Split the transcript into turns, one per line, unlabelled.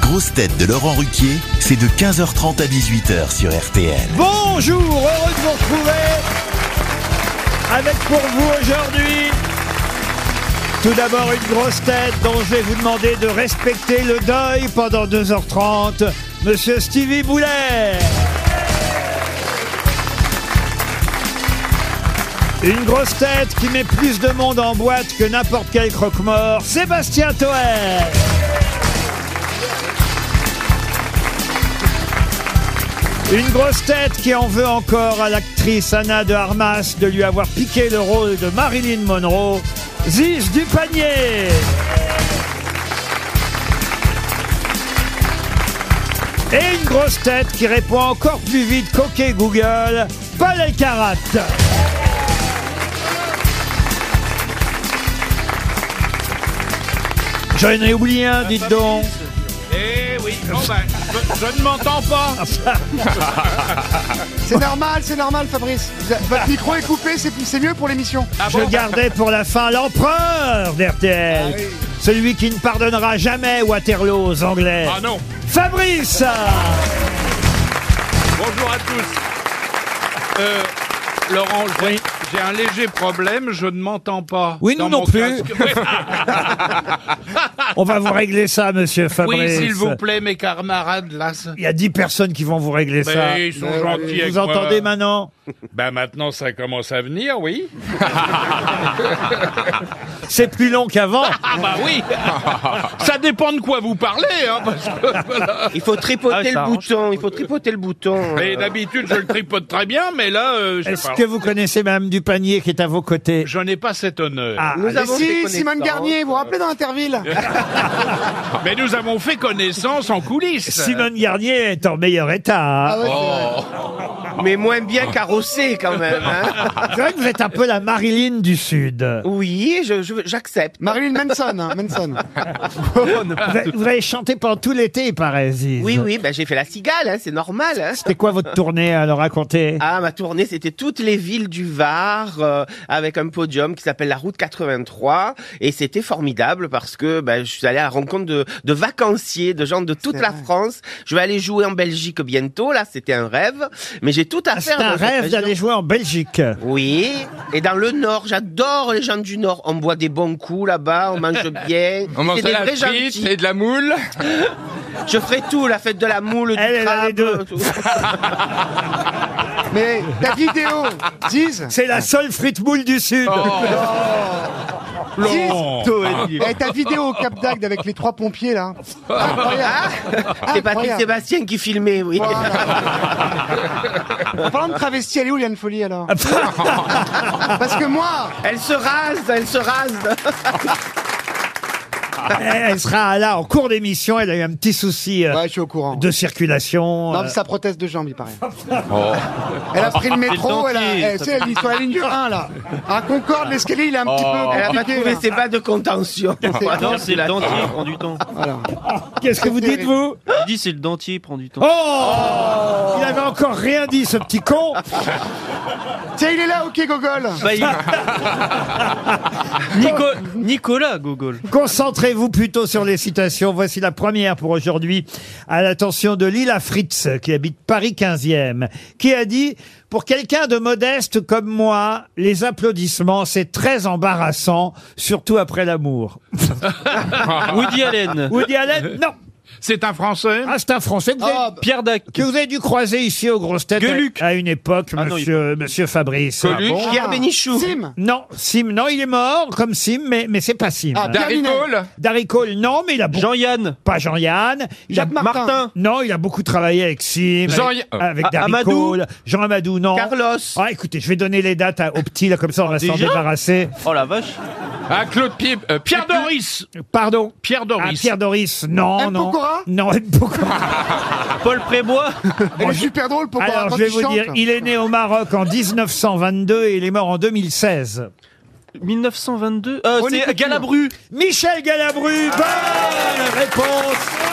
grosses têtes de Laurent Ruquier, c'est de 15h30 à 18h sur RTL.
Bonjour, heureux de vous retrouver avec pour vous aujourd'hui tout d'abord une grosse tête dont je vais vous demander de respecter le deuil pendant 2h30, Monsieur Stevie Boulet. Une grosse tête qui met plus de monde en boîte que n'importe quel croque-mort, Sébastien Toer. Une grosse tête qui en veut encore à l'actrice Anna de Armas de lui avoir piqué le rôle de Marilyn Monroe, Ziz du panier. Et une grosse tête qui répond encore plus vite qu'OK Google, Paul Elkarat. J'en ai oublié un, dites donc.
Eh oui, bon ben, je, je ne m'entends pas.
Ah,
C'est normal, c'est normal, Fabrice. Vous a- Votre micro est coupé, c'est c'est mieux pour l'émission.
Ah
Je gardais pour la fin l'empereur d'RTL.
Ah
Celui qui ne pardonnera jamais Waterloo aux Anglais.
Ah non.
Fabrice
Bonjour à tous. Euh, Laurent, j'ai- j'ai un léger problème, je ne m'entends pas.
Oui, nous
Dans
non
mon
plus.
casque. Ah Oui,
On va vous régler ça, monsieur Fabrice.
oui, s'il vous plaît, mes camarades, là. ça-
Il y a 10 personnes qui vont vous régler
Mais
ça. euh,
ils sont gentils avec
Vous entendez
moi.
maintenant
Ben maintenant, ça commence à venir, oui.
C'est plus long qu'avant.
Ah bah oui. ça dépend de quoi vous parlez, hein, parce que voilà.
Il faut tripoter le bouton, il faut tripoter le bouton.
Mais d'habitude, je le tripote très bien, mais là, euh, je sais
Est-ce
pas.
que vous connaissez Madame Dupanier qui est à vos côtés
Je n'ai pas cet honneur.
Ah,
Nous
Mais
avons des
si,
connaissances.
Simone Garnier, vous vous rappelez dans Interville
Mais nous avons fait connaissance en coulisses.
Simone Garnier est en meilleur état. hein.
Ah ouais,
Mais moins bien carrossé quand même. hein.
C'est vrai que vous êtes un peu la Marilyn du Sud.
Oui, je- je- j'accepte.
Marilyn Manson, hein, Manson.
Vous avez, vous avez chanté pendant tout l'été, il paraît, Ziz.
oui, oui, ben j'ai fait la cigale, hein, c'est normal. hein.
C'était quoi votre tournée à leur raconter
Ah, ma tournée, c'était toutes les villes du Var euh, avec un podium qui s'appelle la Route 83. Et c'était formidable parce que ben, je suis allé à la rencontre de, de vacanciers, de gens de toute la France. Je vais aller jouer en Belgique bientôt, là, c'était un rêve. Mais j'ai tout à
Ah, C'est
faire.
un
dans cette
rêve
région.
d'aller jouer en Belgique.
Oui, et dans le Nord, j'adore les gens du Nord. On boit des bons coups là-bas, on mange bien.
On mange
C'est
de
des
la
vrais
frite
gentils.
et de la moule.
Je ferai tout, la fête de la moule, du
Elle, elle a les
crabe,
deux.
tout.
Mais la vidéo, Ziz,
C'est la seule frite moule du Sud.
Oh.
Laurent.
eh, ta vidéo au Cap d'Agde avec les trois pompiers là.
Ah, C'est Patrick
Incroyable.
Sébastien qui filmait, oui.
En parlant de travesti, elle est où Liane Folie alors Parce que moi,
Elle se rase, elle se rase.
Elle sera là en cours d'émission. Elle a eu un petit souci euh,
ouais, je suis au courant.
de circulation.
Non,
Euh,
mais ça prothèse de jambes, il paraît.
Oh.
Elle a pris
Ah,
le métro, elle, a, elle, tu sais, elle est sur la ligne du 1 là. À Concorde, l'escalier il est un petit peu.
Oh. Elle a pas
compliqué,
trouvé
hein.
là.
ses bas de contention.
Ah Non, c'est le dentier, il prend du temps.
Voilà.
Euh, Qu'est-ce que vous dites, vous
Je dis, c'est le dentier, il prend du temps.
Oh Il avait encore rien dit, ce petit con.
Tiens, il est là, ok, Gogol.
Bah, il- Nico- Nicolas Gogol.
Concentrez-vous plutôt sur les citations. Voici la première pour aujourd'hui, à l'attention de Lila Fritz, qui habite Paris 15e, qui a dit « Pour quelqu'un de modeste comme moi, les applaudissements, c'est très embarrassant, surtout après l'amour.
Woody Allen. » bah.
Woody Allen Non
C'est un Français
Ah, c'est un Français que vous, avez,
Ah,
Pierre Dac.
que vous avez dû croiser ici aux grosses têtes
Gueuluc.
à, à une époque,
Ah non,
monsieur, monsieur Fabrice.
Coluche.
Ah bon
Pierre Bénichou.
Sim.
non, Sim, non, il est mort comme Sim, mais, mais c'est pas Sim. hein.
ben-
Ah,
Darry
Terminé.
Cole.
Darry Cole, non, mais il a beaucoup
Jean-Yann.
pas Jean-Yann. Il a-
Jacques Martin.
Non, il a beaucoup travaillé avec Sim,
Jean-
avec,
euh,
avec
A-
Darry
Amadou.
Cole, Jean Amadou, non.
Carlos.
Ah, écoutez, je vais donner les dates à- aux petits, là, comme ça on va s'en
Déjà
débarrasser.
Oh la vache.
Ah, Claude Pied. euh, Pierre
Pierre
Doris.
Doris.
Pardon
Pierre
Ah,
Doris.
Pierre Doris, non,
M.
non.
Pokora
Non, M. Pokora.
Paul Prébois.
Elle est super drôle pour
Alors, je vais vous dire, il est né au Maroc en 1922 et il est mort en 2016.
1922. Euh,
René
c'est
Couture.
Galabru.
Michel Galabru, bonne réponse